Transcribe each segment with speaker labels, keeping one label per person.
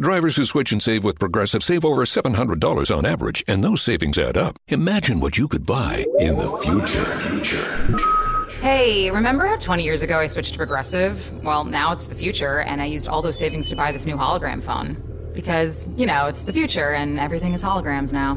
Speaker 1: Drivers who switch and save with Progressive save over $700 on average, and those savings add up. Imagine what you could buy in the future.
Speaker 2: Hey, remember how 20 years ago I switched to Progressive? Well, now it's the future, and I used all those savings to buy this new hologram phone. Because, you know, it's the future, and everything is holograms now.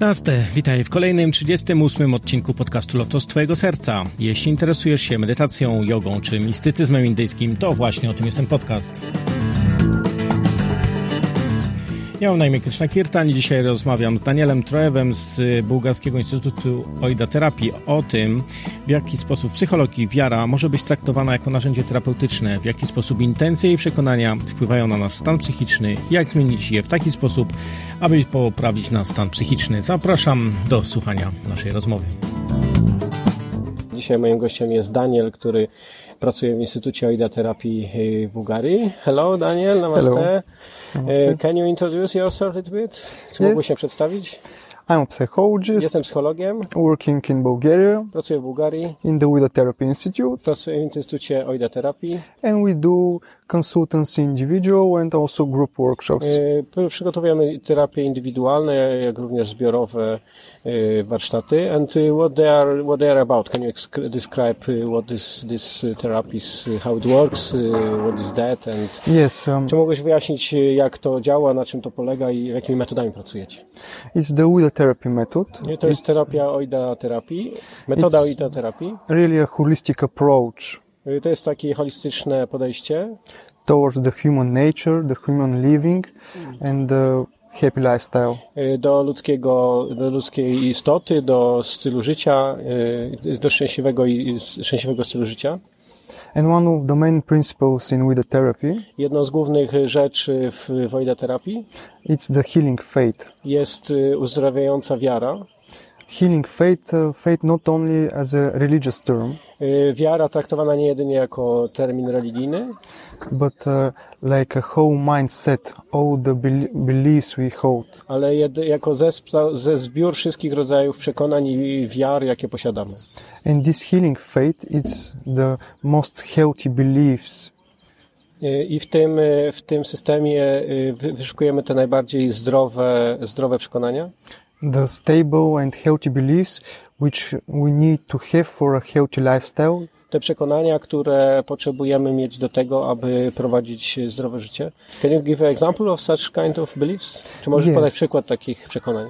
Speaker 3: Naste, witaj w kolejnym 38 odcinku podcastu Lotos Twojego Serca. Jeśli interesujesz się medytacją, jogą czy mistycyzmem indyjskim, to właśnie o tym jest ten podcast. Ja mam na imię Krishna Kirtan i dzisiaj rozmawiam z Danielem Troewem z Bułgarskiego Instytutu Oida Terapii o tym, w jaki sposób psychologii wiara może być traktowana jako narzędzie terapeutyczne, w jaki sposób intencje i przekonania wpływają na nasz stan psychiczny, jak zmienić je w taki sposób, aby poprawić nasz stan psychiczny. Zapraszam do słuchania naszej rozmowy.
Speaker 4: Dzisiaj moim gościem jest Daniel, który pracuje w Instytucie Oida Terapii Bułgarii. Hello Daniel, namaste. Hello. Uh, can you introduce yourself a little bit? Czy yes. mógłbyś się przedstawić?
Speaker 5: I'm a psychologist.
Speaker 4: Jestem psychologiem.
Speaker 5: Working in Bulgaria.
Speaker 4: Pracuję w Bułgarii.
Speaker 5: In the Oida Therapy Institute.
Speaker 4: Pracuję w Instytucie Oida Terapii.
Speaker 5: And we do consultancy individual and also group workshops.
Speaker 4: Uh, przygotowujemy terapie indywidualne, jak również zbiorowe uh, warsztaty. And e, what they are, what they are about? Can you describe e, what this, this e, therapy is, how it works, e, what is that? And
Speaker 5: yes. Um,
Speaker 4: czy mogłeś wyjaśnić, e, jak to działa, na czym to polega i jakimi metodami pracujecie?
Speaker 5: It's the Oida therapy method.
Speaker 4: I to jest it's, terapia oida terapii, metoda oida terapii.
Speaker 5: Really a holistic approach.
Speaker 4: Y, To jest takie holistyczne podejście.
Speaker 5: Towards the human nature, the human living and the happy lifestyle.
Speaker 4: y, Do ludzkiego, do ludzkiej istoty, do stylu życia, y, do szczęśliwego i szczęśliwego stylu życia.
Speaker 5: And one of the main principles in Wida therapy.
Speaker 4: Jedną z głównych rzeczy w Wida terapii.
Speaker 5: It's the healing faith.
Speaker 4: Jest y, uzdrawiająca wiara.
Speaker 5: Healing faith, uh, faith not only as a religious term.
Speaker 4: Y, Wiara traktowana nie jedynie jako termin religijny.
Speaker 5: But uh, like a whole mindset, all the beliefs we hold.
Speaker 4: Ale jedy, jako zespla, ze zbiór wszystkich rodzajów przekonań i wiar, jakie posiadamy.
Speaker 5: And this healing faith it's the most healthy beliefs.
Speaker 4: E, I w tym, w tym systemie e, wyszukujemy te najbardziej zdrowe, zdrowe przekonania.
Speaker 5: The stable and healthy beliefs which we need to have for a healthy lifestyle.
Speaker 4: Te przekonania, które potrzebujemy mieć do tego, aby prowadzić zdrowe życie. Can you give an example of such kind of beliefs? Czy możesz yes. podać przykład takich przekonań?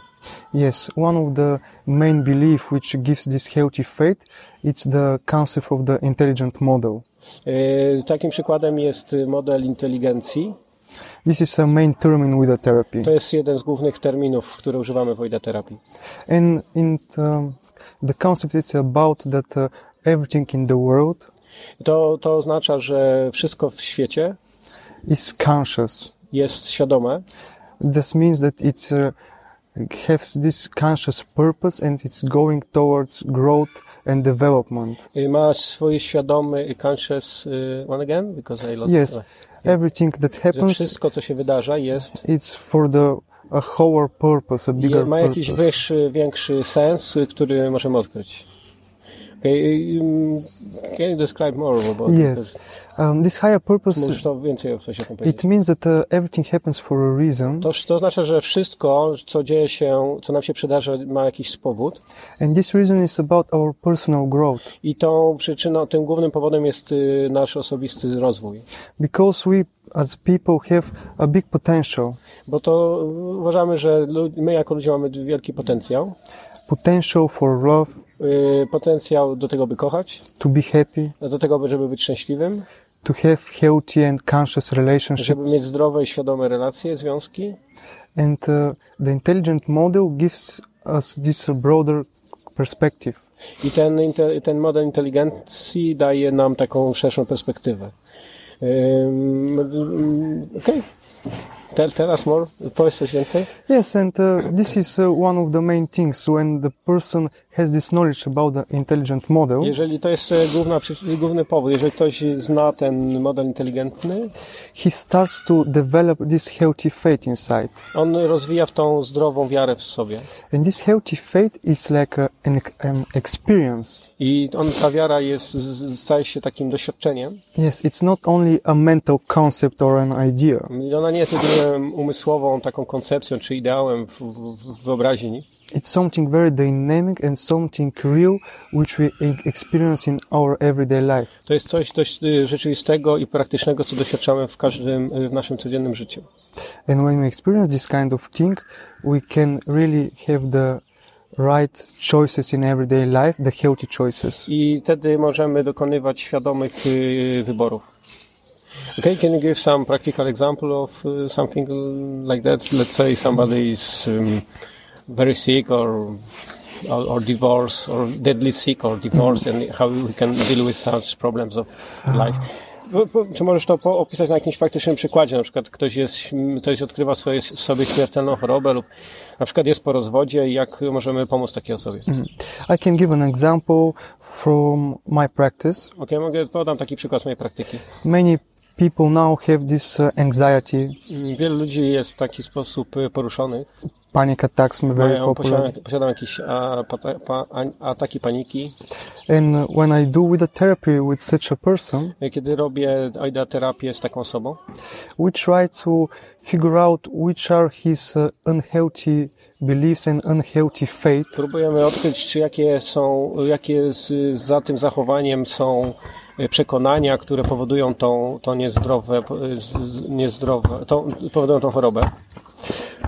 Speaker 5: Yes, one of the main belief which gives this healthy faith, it's the concept of the intelligent model.
Speaker 4: Yy, takim przykładem jest model inteligencji.
Speaker 5: This is a main term in Wida therapy.
Speaker 4: To jest jeden z głównych terminów, które używamy w Wida terapii.
Speaker 5: And in the, the concept is about that uh, everything in the world.
Speaker 4: To, to oznacza, że wszystko w świecie
Speaker 5: is conscious.
Speaker 4: Jest świadome.
Speaker 5: This means that it's uh, has this conscious purpose and it's going towards growth and development.
Speaker 4: Y, Ma swój świadomy conscious uh, one again because I lost.
Speaker 5: Yes, everything that happens. Że
Speaker 4: wszystko co się wydarza jest.
Speaker 5: It's for the a higher purpose, a bigger je,
Speaker 4: ma
Speaker 5: purpose.
Speaker 4: jakiś wyższy, większy sens, który możemy odkryć. Okay, um, can you describe more about
Speaker 5: yes. Um, this higher purpose,
Speaker 4: it
Speaker 5: means that uh, everything happens for a reason.
Speaker 4: To, to znaczy, że wszystko, co dzieje się, co nam się przydarza, ma jakiś powód.
Speaker 5: And this reason is about our personal growth.
Speaker 4: I tą przyczyną, tym głównym powodem jest y, nasz osobisty rozwój.
Speaker 5: Because we as people have a big potential.
Speaker 4: Bo to y, uważamy, że my jako ludzie mamy wielki potencjał.
Speaker 5: Potential for love
Speaker 4: y, potencjał do tego, by kochać,
Speaker 5: to be happy,
Speaker 4: do tego, by- żeby być szczęśliwym,
Speaker 5: to have healthy and conscious relationship.
Speaker 4: żeby mieć zdrowe i świadome relacje, związki.
Speaker 5: And uh, the intelligent model gives us this broader perspective.
Speaker 4: I ten, inte- ten model inteligencji daje nam taką szerszą perspektywę. Ym, ym, Okej. Tell, tell us more. Powiedz coś więcej.
Speaker 5: Yes, and uh, this is uh, one of the main things when the person has this knowledge about the intelligent model.
Speaker 4: Jeżeli to jest e, główna, przyczy- główny powód, jeżeli ktoś zna ten model inteligentny,
Speaker 5: He starts to develop this healthy faith inside.
Speaker 4: on rozwija w tą zdrową wiarę w sobie.
Speaker 5: And this healthy faith is like uh, an, an experience.
Speaker 4: I on, ta wiara jest, z- staje się takim doświadczeniem.
Speaker 5: Yes, it's not only a mental concept or an idea.
Speaker 4: I ona nie jest jedynie umysłową taką koncepcją czy ideałem w, w, w wyobraźni,
Speaker 5: It's something very dynamic and something real which we e- experience in our everyday life.
Speaker 4: To jest coś dość y, rzeczywistego i praktycznego, co doświadczamy w każdym, y, w naszym codziennym życiu.
Speaker 5: And when we experience this kind of thing, we can really have the right choices in everyday life, the healthy choices.
Speaker 4: I wtedy możemy dokonywać świadomych y, wyborów. Okay, can you give some practical example of y, something like that? Let's say somebody is um, very sick or, or or divorced or deadly sick or divorced and how we can deal with such problems of life. Po- po- Czy możesz to po- opisać na jakimś praktycznym przykładzie? Na przykład ktoś, jest, śm- ktoś odkrywa swoje, w sobie śmiertelną chorobę lub na przykład jest po rozwodzie i jak możemy pomóc takiej osobie?
Speaker 5: I can give an example from my practice.
Speaker 4: Ok, mogę, podam taki przykład z mojej praktyki.
Speaker 5: Many people now have this uh, anxiety,
Speaker 4: Mm, Wielu ludzi jest w taki sposób y, poruszonych.
Speaker 5: panic attacks, very
Speaker 4: Mają,
Speaker 5: popular.
Speaker 4: posiadają, posiadają jakieś a, pata, pa, a, ataki paniki.
Speaker 5: And uh, when I do with a therapy with such a person,
Speaker 4: Y, Kiedy robię AIDA terapię z taką osobą,
Speaker 5: we try to figure out which are his uh, unhealthy beliefs and unhealthy faith.
Speaker 4: próbujemy odkryć, czy jakie są, jakie z, za tym zachowaniem są y, przekonania, które powodują tą, to niezdrowe, y, z- z- niezdrowe, tą, powodują tą chorobę.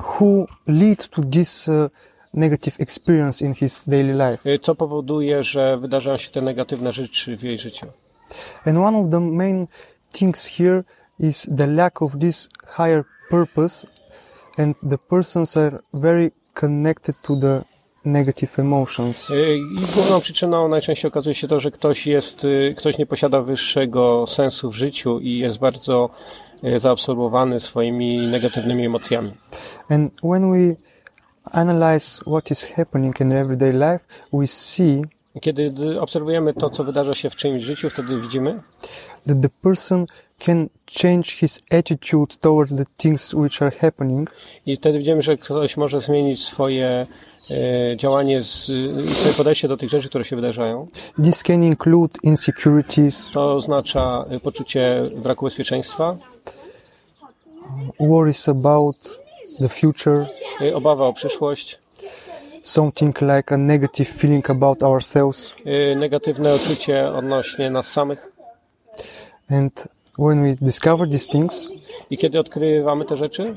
Speaker 5: who lead to this uh, negative experience in his daily life.
Speaker 4: Y, Co powoduje, że wydarzają się te negatywne rzeczy w jej życiu.
Speaker 5: And one of the main things here is the lack of this higher purpose, and the persons are very connected to the negative emotions.
Speaker 4: Y, I główną przyczyną najczęściej okazuje się to, że ktoś jest, y, ktoś nie posiada wyższego sensu w życiu i jest bardzo y, zaabsorbowany swoimi negatywnymi emocjami.
Speaker 5: And when we analyze what is happening in everyday life, we see
Speaker 4: Kiedy d- obserwujemy to, co wydarza się w czyimś życiu, wtedy widzimy,
Speaker 5: that the person can change his attitude towards the things which are happening
Speaker 4: i wtedy widzimy, że ktoś może zmienić swoje y, działanie, z, y, swoje podejście do tych rzeczy, które się wydarzają.
Speaker 5: This can include insecurities,
Speaker 4: To oznacza y, poczucie braku bezpieczeństwa,
Speaker 5: worries about the future,
Speaker 4: y, obawa o przyszłość,
Speaker 5: something like a negative feeling about ourselves.
Speaker 4: y, negatywne uczucie odnośnie nas samych.
Speaker 5: And when we discover these things,
Speaker 4: I kiedy odkrywamy te rzeczy,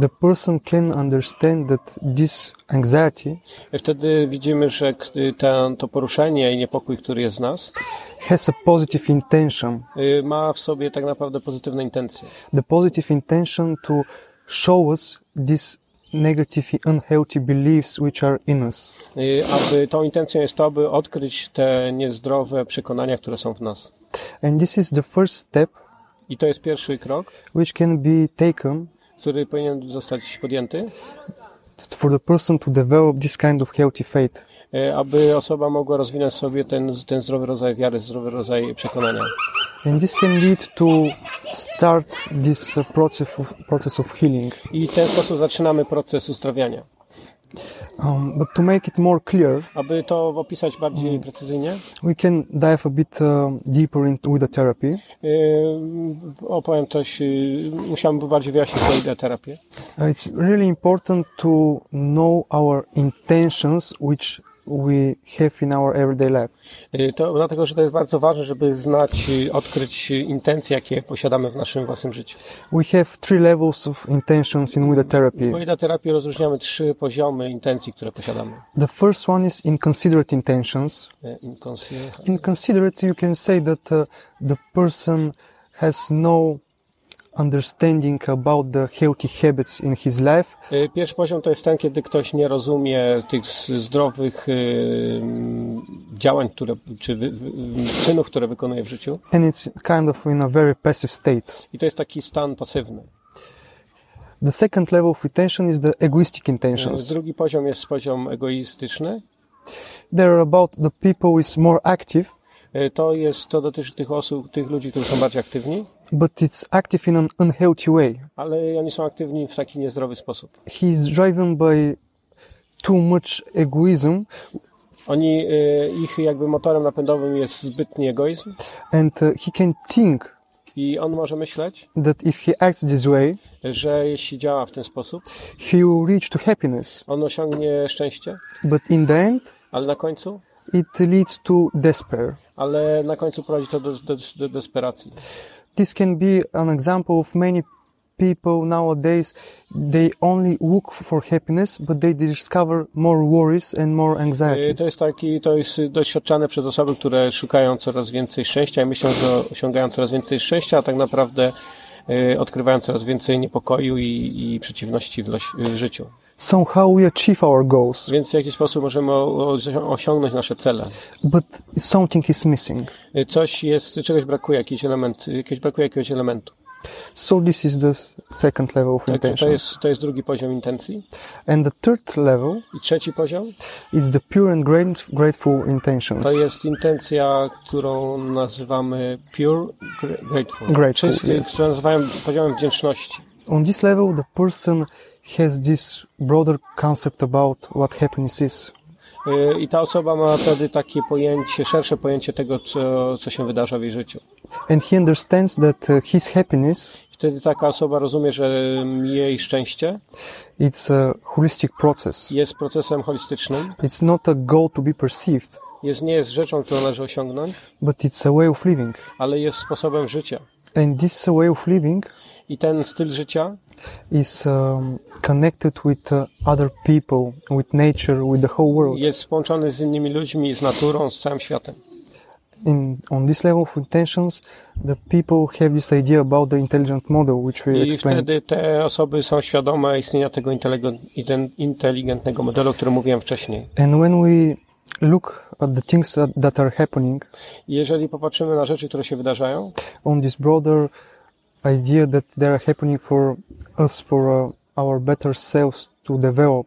Speaker 5: the person can understand that this anxiety
Speaker 4: Wtedy widzimy, że k- ten, to poruszenie i niepokój, który jest z nas,
Speaker 5: has a positive intention.
Speaker 4: y, ma w sobie tak naprawdę pozytywne intencje.
Speaker 5: The positive intention to show us these negative, unhealthy beliefs which are in us.
Speaker 4: Y, Aby tą intencją jest to, by odkryć te niezdrowe przekonania, które są w nas.
Speaker 5: And this is the first step
Speaker 4: I to jest pierwszy krok,
Speaker 5: which can be taken
Speaker 4: który powinien zostać podjęty,
Speaker 5: for the person to develop this kind of healthy faith.
Speaker 4: y, aby osoba mogła rozwinąć sobie ten, ten zdrowy rodzaj wiary, zdrowy rodzaj przekonania.
Speaker 5: And this can lead to start this uh, process of, process of healing.
Speaker 4: I w ten sposób zaczynamy proces uzdrawiania.
Speaker 5: Um, but to make it more clear,
Speaker 4: Aby to opisać bardziej precyzyjnie,
Speaker 5: we can dive a bit um deeper into with the therapy.
Speaker 4: y, opowiem coś, y, musiałbym bardziej wyjaśnić tę ideę terapię.
Speaker 5: Uh, it's really important to know our intentions, which we have in our everyday life.
Speaker 4: Y, To dlatego, że to jest bardzo ważne, żeby znać, y, odkryć y, intencje, jakie posiadamy w naszym własnym życiu.
Speaker 5: We have three levels of intentions in Wida
Speaker 4: W
Speaker 5: therapy.
Speaker 4: Ojda terapii rozróżniamy trzy poziomy intencji, które posiadamy.
Speaker 5: The first one is inconsiderate intentions.
Speaker 4: Y, inconscient-
Speaker 5: Inconsiderate, you can say that uh, the person has no understanding about the healthy habits in his life
Speaker 4: Y, Pierwszy poziom to jest ten, kiedy ktoś nie rozumie tych s- zdrowych y, działań, które, czy wy, wy, czynów, które wykonuje w życiu.
Speaker 5: and it's kind of in a very passive state.
Speaker 4: I to jest taki stan pasywny.
Speaker 5: The second level of intention is the egoistic
Speaker 4: Y,
Speaker 5: intentions.
Speaker 4: Drugi poziom jest poziom egoistyczny.
Speaker 5: They're about the people who is more active,
Speaker 4: Y, To jest, to dotyczy tych osób, tych ludzi, którzy są bardziej aktywni,
Speaker 5: but it's active in an unhealthy way.
Speaker 4: ale oni są aktywni w taki niezdrowy sposób.
Speaker 5: He's driven by too much egoism
Speaker 4: Oni, y, ich jakby motorem napędowym jest zbytni egoizm
Speaker 5: and uh, he can think
Speaker 4: i on może myśleć,
Speaker 5: that if he acts this way,
Speaker 4: że jeśli działa w ten sposób,
Speaker 5: he will reach to happiness.
Speaker 4: on osiągnie szczęście,
Speaker 5: But in the end,
Speaker 4: ale na końcu
Speaker 5: it leads to despair.
Speaker 4: ale na końcu prowadzi to do, do, do desperacji.
Speaker 5: This can be an example of many people nowadays. They only look for happiness, but they discover more worries and more
Speaker 4: Y,
Speaker 5: anxieties.
Speaker 4: To jest taki, to jest y, doświadczane przez osoby, które szukają coraz więcej szczęścia i myślą, że osiągają coraz więcej szczęścia, a tak naprawdę y, odkrywają coraz więcej niepokoju i, i przeciwności w, loś, w życiu.
Speaker 5: Somehow we achieve our goals,
Speaker 4: Więc w jakiś sposób możemy o- o- osiągnąć nasze cele.
Speaker 5: but something is missing.
Speaker 4: Y, Coś jest, czegoś brakuje, jakiś element, jakiegoś brakuje jakiegoś elementu.
Speaker 5: So this is the s- second level of
Speaker 4: Tak, to,
Speaker 5: intention.
Speaker 4: jest, to jest drugi poziom intencji.
Speaker 5: And the third level
Speaker 4: I trzeci poziom
Speaker 5: is the pure and great, grateful intentions.
Speaker 4: to jest intencja, którą nazywamy pure gra- grateful.
Speaker 5: Grateful,
Speaker 4: Czysty,
Speaker 5: yes.
Speaker 4: którą nazywamy poziomem wdzięczności.
Speaker 5: On this level, the person has this broader concept about what happiness is.
Speaker 4: Y, I ta osoba ma wtedy takie pojęcie, szersze pojęcie tego, co, co się wydarza w jej życiu.
Speaker 5: And he understands that uh, his happiness
Speaker 4: Wtedy taka osoba rozumie, że mm, jej szczęście
Speaker 5: it's a holistic process.
Speaker 4: jest procesem holistycznym,
Speaker 5: It's not a goal to be perceived,
Speaker 4: jest, nie jest rzeczą, którą należy osiągnąć,
Speaker 5: but it's a way of living.
Speaker 4: ale jest sposobem życia.
Speaker 5: And this way of living
Speaker 4: I ten styl życia
Speaker 5: is um, connected with uh, other people, with nature, with the whole world.
Speaker 4: jest połączony z innymi ludźmi, z naturą, z całym światem.
Speaker 5: In on this level of intentions, the people have this idea about the intelligent model, which we
Speaker 4: I
Speaker 5: explained.
Speaker 4: wtedy te osoby są świadome istnienia tego intelego- inten- inteligentnego modelu, o którym mówiłem wcześniej.
Speaker 5: And when we look at the things that, that are happening
Speaker 4: I Jeżeli popatrzymy na rzeczy, które się wydarzają,
Speaker 5: on this broader idea that they are happening for us, for uh, our better selves to develop,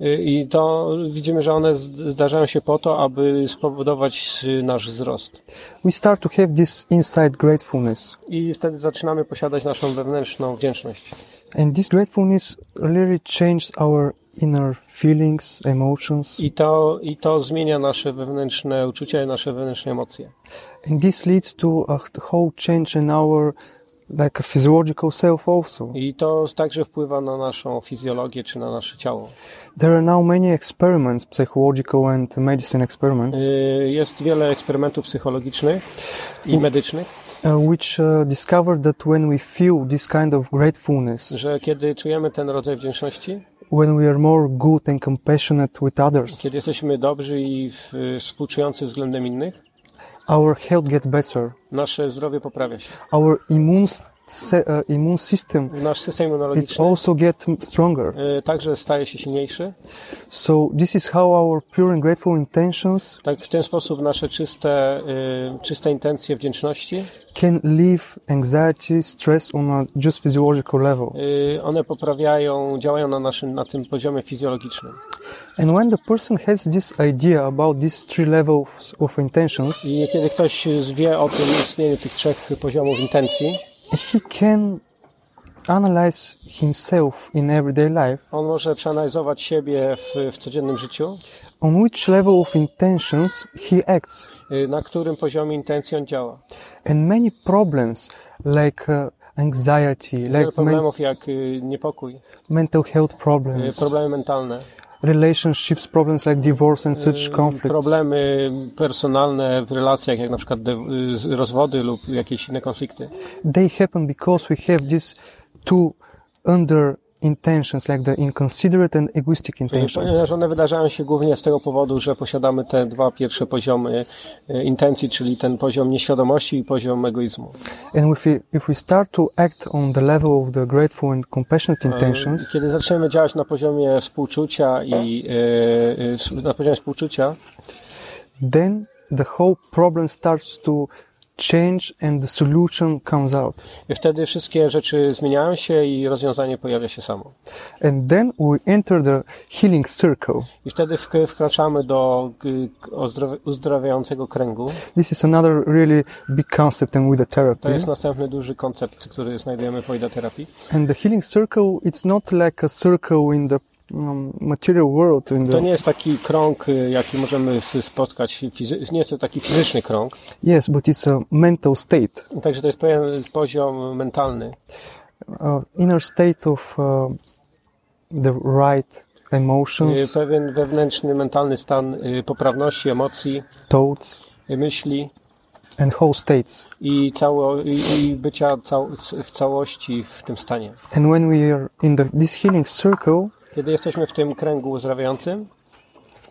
Speaker 4: y, i to widzimy, że one z- zdarzają się po to, aby spowodować y, nasz wzrost.
Speaker 5: we start to have this inside gratefulness.
Speaker 4: I wtedy zaczynamy posiadać naszą wewnętrzną wdzięczność.
Speaker 5: And this gratefulness really changed our inner feelings, emotions,
Speaker 4: I to, i to zmienia nasze wewnętrzne uczucia i nasze wewnętrzne emocje.
Speaker 5: and this leads to a whole change in our like a physiological self also.
Speaker 4: I to także wpływa na naszą fizjologię czy na nasze ciało.
Speaker 5: There are now many experiments, psychological and medicine experiments,
Speaker 4: Y, Jest wiele eksperymentów psychologicznych i medycznych,
Speaker 5: uh, which uh, discover that when we feel this kind of gratefulness,
Speaker 4: że kiedy czujemy ten rodzaj wdzięczności,
Speaker 5: when we are more good and compassionate with others,
Speaker 4: kiedy jesteśmy dobrzy i w- współczujący względem innych,
Speaker 5: our health gets better.
Speaker 4: nasze zdrowie poprawia się.
Speaker 5: Our immune, s- se- uh, immune system
Speaker 4: Nasz system
Speaker 5: it
Speaker 4: immunologiczny
Speaker 5: also gets stronger.
Speaker 4: y, także staje się silniejszy.
Speaker 5: So this is how our pure and grateful intentions
Speaker 4: Tak w ten sposób nasze czyste, y, czyste intencje wdzięczności,
Speaker 5: can leave anxiety, stress on a just physiological level.
Speaker 4: y, one poprawiają, działają na naszym, na tym poziomie fizjologicznym.
Speaker 5: And when the person has this idea about these three levels of intentions,
Speaker 4: I kiedy ktoś wie o tym istnieniu tych trzech poziomów intencji,
Speaker 5: he can analyze himself in everyday life
Speaker 4: on może przeanalizować siebie w, w codziennym życiu,
Speaker 5: on which level of intentions he acts.
Speaker 4: y, na którym poziomie intencji on działa.
Speaker 5: and many problems like uh, anxiety,
Speaker 4: Wiele
Speaker 5: like men-
Speaker 4: problemów jak y, niepokój,
Speaker 5: mental health
Speaker 4: y,
Speaker 5: problems,
Speaker 4: problemy mentalne,
Speaker 5: relationships, problems like divorce and such conflicts.
Speaker 4: Problemy personalne w relacjach, jak na przykład de- y, z- rozwody lub jakieś inne konflikty.
Speaker 5: They happen because we have these two under intentions, like the inconsiderate and egoistic intentions.
Speaker 4: Ponieważ one wydarzają się głównie z tego powodu, że posiadamy te dwa pierwsze poziomy e, intencji, czyli ten poziom nieświadomości i poziom egoizmu.
Speaker 5: And if we, if we start to act on the level of the grateful and compassionate intentions,
Speaker 4: Kiedy zaczniemy działać na poziomie współczucia i e, e, s- na poziomie współczucia,
Speaker 5: then the whole problem starts to change and the solution comes out.
Speaker 4: wtedy wszystkie rzeczy zmieniają się i rozwiązanie pojawia się samo.
Speaker 5: And then we enter the healing circle.
Speaker 4: I wtedy wk- wkraczamy do k- k- ozdrow- uzdrawiającego kręgu.
Speaker 5: This is another really big concept and with the
Speaker 4: To
Speaker 5: therapy.
Speaker 4: jest następny duży koncept, który znajdujemy w Ojda terapii.
Speaker 5: And the healing circle, it's not like a circle in the um, material world. In
Speaker 4: To
Speaker 5: the,
Speaker 4: nie jest taki krąg, y, jaki możemy s- spotkać, fizy- nie jest to taki fizyczny krąg,
Speaker 5: yes, but it's a mental state,
Speaker 4: także to jest pewien poziom mentalny,
Speaker 5: uh, inner state of uh, the right
Speaker 4: y,
Speaker 5: emotions,
Speaker 4: pewien wewnętrzny mentalny stan y, poprawności, emocji,
Speaker 5: thoughts,
Speaker 4: y, myśli
Speaker 5: and whole states.
Speaker 4: i, cało, i, i bycia cał, w całości w tym stanie.
Speaker 5: And when we are in the, this healing circle,
Speaker 4: Kiedy jesteśmy w tym kręgu uzdrawiającym,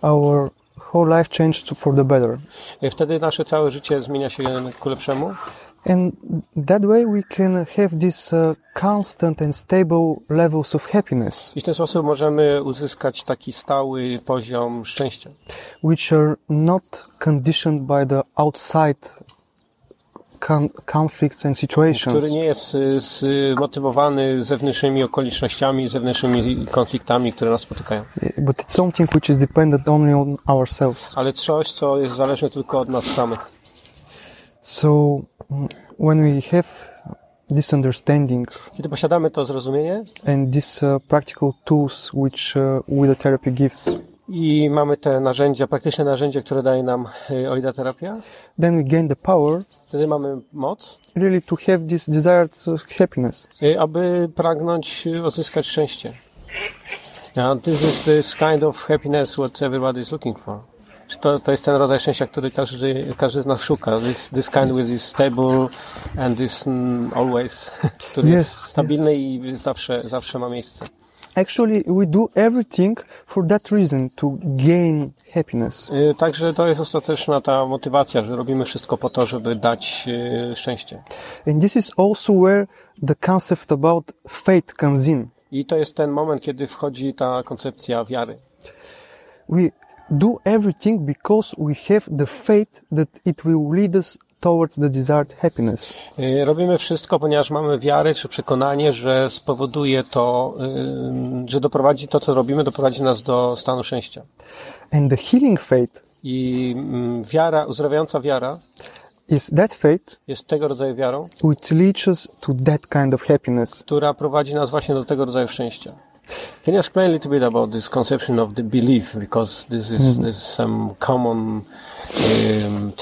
Speaker 5: our whole life changes to, for the better.
Speaker 4: y, wtedy nasze całe życie zmienia się ku lepszemu
Speaker 5: And that way we can have this uh, constant and stable levels of happiness,
Speaker 4: i w ten sposób możemy uzyskać taki stały poziom szczęścia.
Speaker 5: which are not conditioned by the outside con- conflicts and
Speaker 4: który
Speaker 5: situations.
Speaker 4: nie jest y, zmotywowany zewnętrznymi okolicznościami, zewnętrznymi konfliktami, które nas spotykają.
Speaker 5: But it's something which is dependent only on ourselves.
Speaker 4: Ale coś, co jest zależne tylko od nas samych.
Speaker 5: So mm, when we have this understanding
Speaker 4: Kiedy posiadamy to zrozumienie
Speaker 5: and these uh, practical tools which uh, with the therapy gives,
Speaker 4: i mamy te narzędzia, praktyczne narzędzia, które daje nam y, OIDA terapia,
Speaker 5: then we gain the power
Speaker 4: wtedy mamy moc,
Speaker 5: really to have this desired uh, happiness.
Speaker 4: y, aby pragnąć y, uzyskać szczęście. And this is this kind of happiness what everybody is looking for. Czy To, to jest ten rodzaj szczęścia, który każdy, każdy z nas szuka. This, this kind with this stable and this mm, always, który jest
Speaker 5: Yes,
Speaker 4: stabilny i zawsze, zawsze ma miejsce.
Speaker 5: Actually, we do everything for that reason to gain happiness.
Speaker 4: Y, Także to jest ostateczna ta motywacja, że robimy wszystko po to, żeby dać y, szczęście.
Speaker 5: And this is also where the concept about faith comes in.
Speaker 4: I to jest ten moment, kiedy wchodzi ta koncepcja wiary.
Speaker 5: We do everything because we have the faith that it will lead us towards the desired happiness.
Speaker 4: Y, Robimy wszystko, ponieważ mamy wiarę czy przekonanie, że spowoduje to, y, że doprowadzi to, co robimy, doprowadzi nas do stanu szczęścia.
Speaker 5: And the healing faith
Speaker 4: I mm, wiara, uzdrawiająca wiara
Speaker 5: is that faith
Speaker 4: jest tego rodzaju wiarą,
Speaker 5: which leads us to that kind of happiness.
Speaker 4: która prowadzi nas właśnie do tego rodzaju szczęścia. Can you explain a little bit about this conception of the belief? Because this is, this is some common um,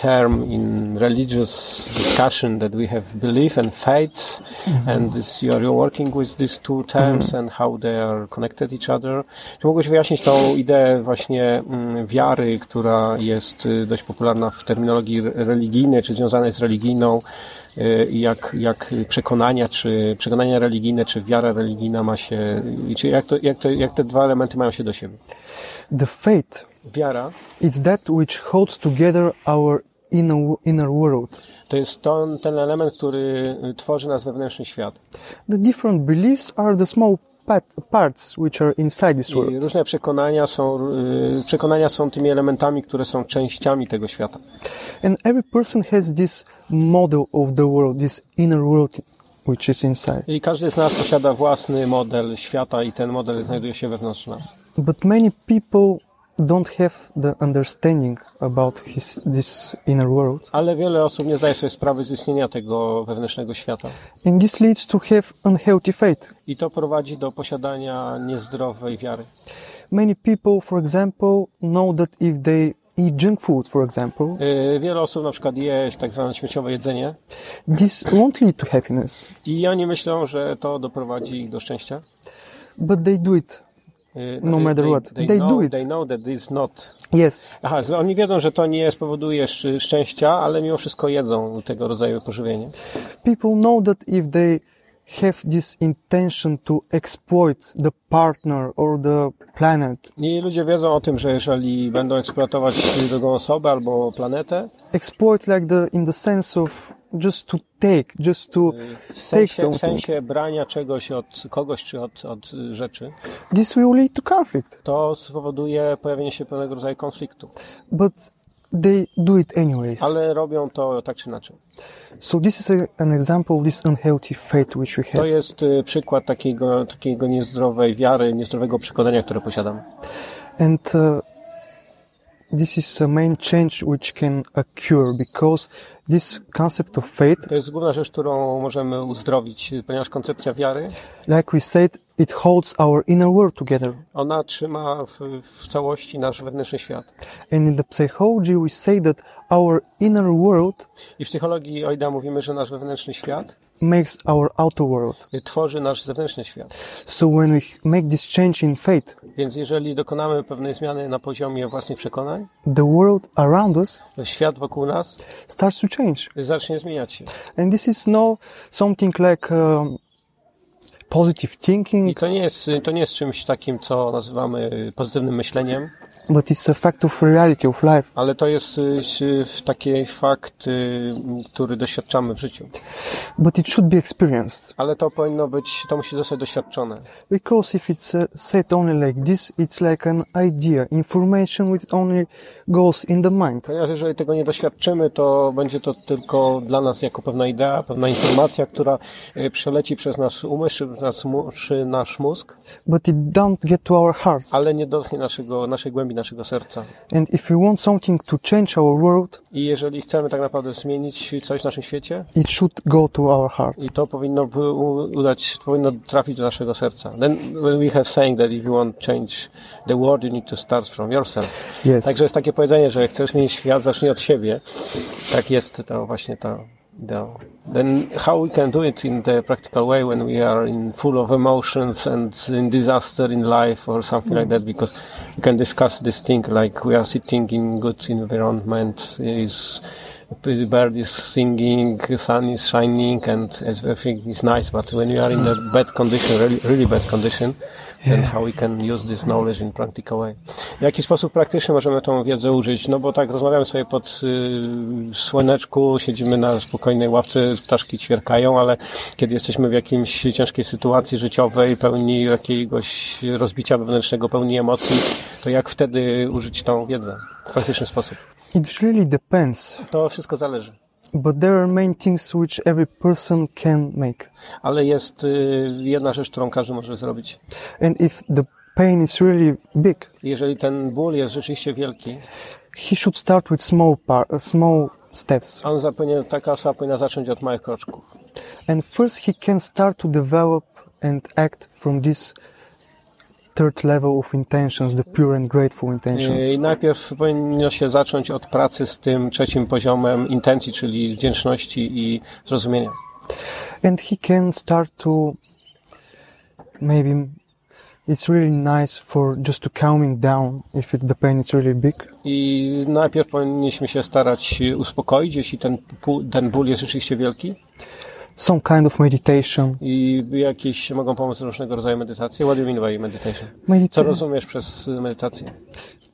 Speaker 4: term in religious discussion that we have belief and faith, and this, you are you're working with these two terms and how they are connected each other. Czy mógłbyś wyjaśnić tą ideę właśnie mm, wiary, która jest y, dość popularna w terminologii re- religijnej, czy związanej z religijną, y, i jak, jak przekonania, czy przekonania religijne, czy wiara religijna ma się, i czy jak, to, jak, to, jak te dwa elementy mają się do siebie?
Speaker 5: The faith
Speaker 4: Wiara
Speaker 5: is that which holds together our inner, inner world.
Speaker 4: to jest to, ten element, który y, tworzy nasz wewnętrzny świat.
Speaker 5: The different beliefs are the small pat- parts which are inside this
Speaker 4: I
Speaker 5: world.
Speaker 4: różne przekonania są, y, przekonania są tymi elementami, które są częściami tego świata.
Speaker 5: And every person has this model of the world, this inner world which is inside.
Speaker 4: I każdy z nas posiada własny model świata i ten model znajduje się wewnątrz nas.
Speaker 5: But many people don't have the understanding about his, this inner world.
Speaker 4: Ale wiele osób nie zdaje sobie sprawy z istnienia tego wewnętrznego świata.
Speaker 5: And this leads to have unhealthy faith.
Speaker 4: I to prowadzi do posiadania niezdrowej wiary.
Speaker 5: Many people, for example, know that if they eat junk food, for example,
Speaker 4: Y, Wiele osób na przykład je tak zwane śmieciowe jedzenie
Speaker 5: this won't lead to happiness.
Speaker 4: i oni myślą, że to doprowadzi ich do szczęścia,
Speaker 5: But they do it
Speaker 4: y,
Speaker 5: No
Speaker 4: y,
Speaker 5: matter
Speaker 4: they,
Speaker 5: what.
Speaker 4: They,
Speaker 5: They
Speaker 4: know,
Speaker 5: do it.
Speaker 4: They know that it's not.
Speaker 5: Yes,
Speaker 4: Aha, że oni wiedzą, że to nie spowoduje szcz- szczęścia, ale mimo wszystko jedzą tego rodzaju pożywienie.
Speaker 5: people know that if they have this intention to exploit the partner or the planet,
Speaker 4: I ludzie wiedzą o tym, że jeżeli będą eksploatować drugą osobę albo planetę,
Speaker 5: exploit like the in the sense of just to take, just to
Speaker 4: w
Speaker 5: take
Speaker 4: sensie, w
Speaker 5: something,
Speaker 4: sensie brania czegoś od kogoś czy od, od y, rzeczy,
Speaker 5: this will lead to conflict.
Speaker 4: to spowoduje pojawienie się pewnego rodzaju konfliktu.
Speaker 5: But they do it anyways.
Speaker 4: Ale robią to tak czy inaczej.
Speaker 5: So this is a, an example of this unhealthy faith which we have.
Speaker 4: To jest y, przykład takiego, takiego niezdrowej wiary, niezdrowego przekonania, które posiadam.
Speaker 5: And uh, this is a main change which can occur because this concept of faith,
Speaker 4: To jest główna rzecz, którą możemy uzdrowić, y, ponieważ koncepcja wiary,
Speaker 5: like we said, it holds our inner world together.
Speaker 4: ona trzyma w, w całości nasz wewnętrzny świat.
Speaker 5: And in the psychology, we say that our inner world
Speaker 4: I w psychologii Ojda mówimy, że nasz wewnętrzny świat
Speaker 5: makes our outer world.
Speaker 4: y, tworzy nasz zewnętrzny świat.
Speaker 5: So when we make this change in faith,
Speaker 4: Więc jeżeli dokonamy pewnej zmiany na poziomie własnych przekonań,
Speaker 5: the world around us
Speaker 4: świat wokół nas
Speaker 5: starts to change.
Speaker 4: zacznie zmieniać się.
Speaker 5: And this is no something like um, positive thinking,
Speaker 4: I to nie jest, to nie jest czymś takim, co nazywamy pozytywnym myśleniem,
Speaker 5: but it's a fact of reality of life.
Speaker 4: ale to jest y, y, taki fakt, y, który doświadczamy w życiu.
Speaker 5: But it should be experienced.
Speaker 4: Ale to powinno być, to musi zostać doświadczone.
Speaker 5: Because if it's uh, said only like this, it's like an idea, information which only goes in the mind.
Speaker 4: Ponieważ jeżeli tego nie doświadczymy, to będzie to tylko dla nas jako pewna idea, pewna informacja, która y, przeleci przez nasz umysł, przez nasz, mu- czy nasz mózg,
Speaker 5: But it don't get to our hearts.
Speaker 4: ale nie dotknie naszego, naszej głębi, naszego serca.
Speaker 5: And if we want something to change our world,
Speaker 4: I jeżeli chcemy tak naprawdę zmienić coś w naszym świecie,
Speaker 5: it should go to our heart.
Speaker 4: I to powinno by- u- udać, powinno trafić do naszego serca. Then when we have saying that if you want change the world, you need to start from yourself.
Speaker 5: Yes.
Speaker 4: Także jest takie powiedzenie, że jak chcesz mieć świat, zacznij od siebie. Tak jest to właśnie ta idea. Then how we can do it in the practical way when we are in full of emotions and in disaster in life or something like that because we can discuss this thing like we are sitting in good environment is the bird is singing, sun is shining and everything is nice but when we are in a bad condition, really, really bad condition then how we can use this knowledge in practical way. W jaki sposób praktyczny możemy tą wiedzę użyć? No bo tak rozmawiamy sobie pod y, słoneczku, siedzimy na spokojnej ławce, ptaszki ćwierkają, ale kiedy jesteśmy w jakiejś ciężkiej sytuacji życiowej, pełni jakiegoś rozbicia wewnętrznego, pełni emocji, to jak wtedy użyć tą wiedzę w praktyczny sposób?
Speaker 5: It really depends.
Speaker 4: To wszystko zależy.
Speaker 5: But there are main things which every person can make.
Speaker 4: Ale jest y, jedna rzecz, którą każdy może zrobić.
Speaker 5: And if the pain is really big,
Speaker 4: Jeżeli ten ból jest rzeczywiście wielki,
Speaker 5: he should start with small par- uh, small steps.
Speaker 4: on zapewne, taka osoba powinna zacząć od małych kroczków.
Speaker 5: And first he can start to develop and act from this third level of intentions, the pure and grateful
Speaker 4: I
Speaker 5: intentions.
Speaker 4: najpierw powinno się zacząć od pracy z tym trzecim poziomem intencji, czyli wdzięczności i zrozumienia.
Speaker 5: And he can start to maybe it's really nice for just to calming down if it, the pain is really big.
Speaker 4: I najpierw powinniśmy się starać uspokoić, jeśli ten, pu- ten ból jest rzeczywiście wielki.
Speaker 5: Some kind of meditation.
Speaker 4: I jakieś mogą pomóc różnego rodzaju medytacje. What do you mean by meditation? Co
Speaker 5: Medita-
Speaker 4: rozumiesz przez medytację?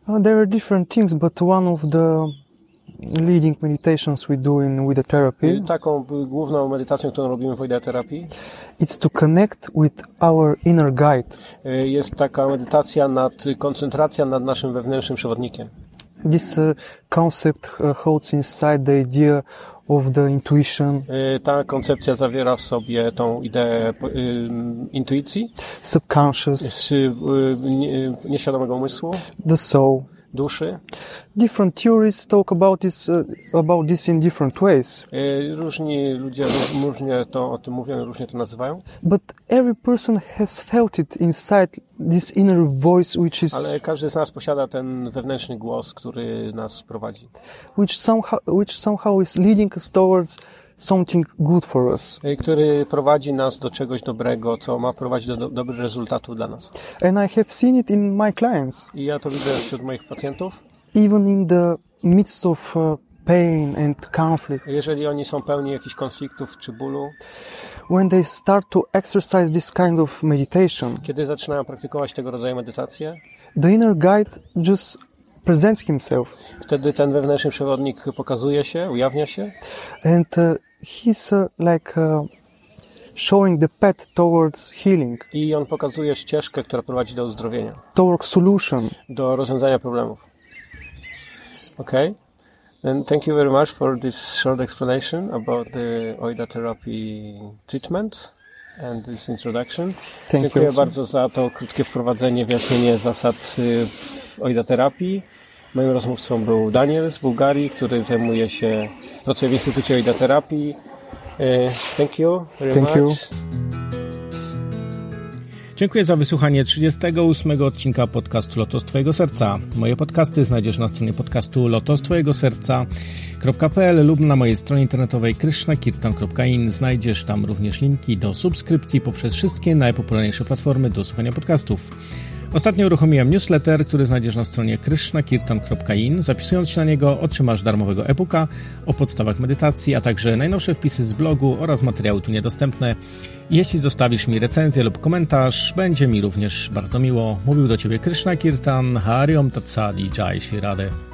Speaker 5: Uh, there are different things, but one of the leading meditations we do in with the therapy,
Speaker 4: Y, Taką główną medytacją, którą robimy w Oida terapii,
Speaker 5: it's to connect with our inner guide.
Speaker 4: y, jest taka medytacja nad, koncentracja nad naszym wewnętrznym przewodnikiem.
Speaker 5: This uh, concept uh, holds inside the idea of the intuition,
Speaker 4: Y, Ta koncepcja zawiera w sobie tą ideę po- ym, intuicji,
Speaker 5: subconscious,
Speaker 4: z y, nie- nieświadomego umysłu,
Speaker 5: the soul.
Speaker 4: duszy.
Speaker 5: Different theories talk about this uh, about this in different ways,
Speaker 4: Y, Różni ludzie ró- różnie to o tym mówią, różnie to nazywają,
Speaker 5: but every person has felt it inside this inner voice, which is
Speaker 4: ale każdy z nas posiada ten wewnętrzny głos, który nas prowadzi.
Speaker 5: which somehow which somehow is leading us towards something good for us.
Speaker 4: y, który prowadzi nas do czegoś dobrego, co ma prowadzić do, do dobrych rezultatów dla nas.
Speaker 5: And I have seen it in my clients,
Speaker 4: I ja to widzę wśród moich pacjentów.
Speaker 5: even in the midst of uh, pain and conflict.
Speaker 4: Jeżeli oni są pełni jakichś konfliktów czy bólu,
Speaker 5: When they start to exercise this kind of meditation,
Speaker 4: kiedy zaczynają praktykować tego rodzaju medytację,
Speaker 5: the inner guide just presents himself
Speaker 4: wtedy ten wewnętrzny przewodnik pokazuje się, ujawnia się
Speaker 5: and uh, he's uh, like uh, showing the path towards healing,
Speaker 4: i on pokazuje ścieżkę, która prowadzi do uzdrowienia,
Speaker 5: towards solution.
Speaker 4: do rozwiązania problemów. Okay? Then thank you very much for this short explanation about the OIDA therapy treatment and this introduction.
Speaker 5: Thank
Speaker 4: Dziękuję
Speaker 5: you.
Speaker 4: bardzo za to krótkie wprowadzenie, wyjaśnienie zasad y, OIDA terapii. Moim rozmówcą był Daniel z Bułgarii, który zajmuje się, pracuje w Instytucie OIDA terapii. Y, Thank you very
Speaker 5: Thank
Speaker 4: much.
Speaker 5: you.
Speaker 3: Dziękuję za wysłuchanie 38 odcinka podcastu Lotos Twojego Serca. Moje podcasty znajdziesz na stronie podcastu lotostwojegoserca.pl lub na mojej stronie internetowej krishnakirtan.in. Znajdziesz tam również linki do subskrypcji poprzez wszystkie najpopularniejsze platformy do słuchania podcastów. Ostatnio uruchomiłem newsletter, który znajdziesz na stronie krishnakirtan.in. Zapisując się na niego otrzymasz darmowego e-booka o podstawach medytacji, a także najnowsze wpisy z blogu oraz materiały tu niedostępne. Jeśli zostawisz mi recenzję lub komentarz, będzie mi również bardzo miło. Mówił do Ciebie Krishna Kirtan, Hariom Tatsadi, Jai Shirade.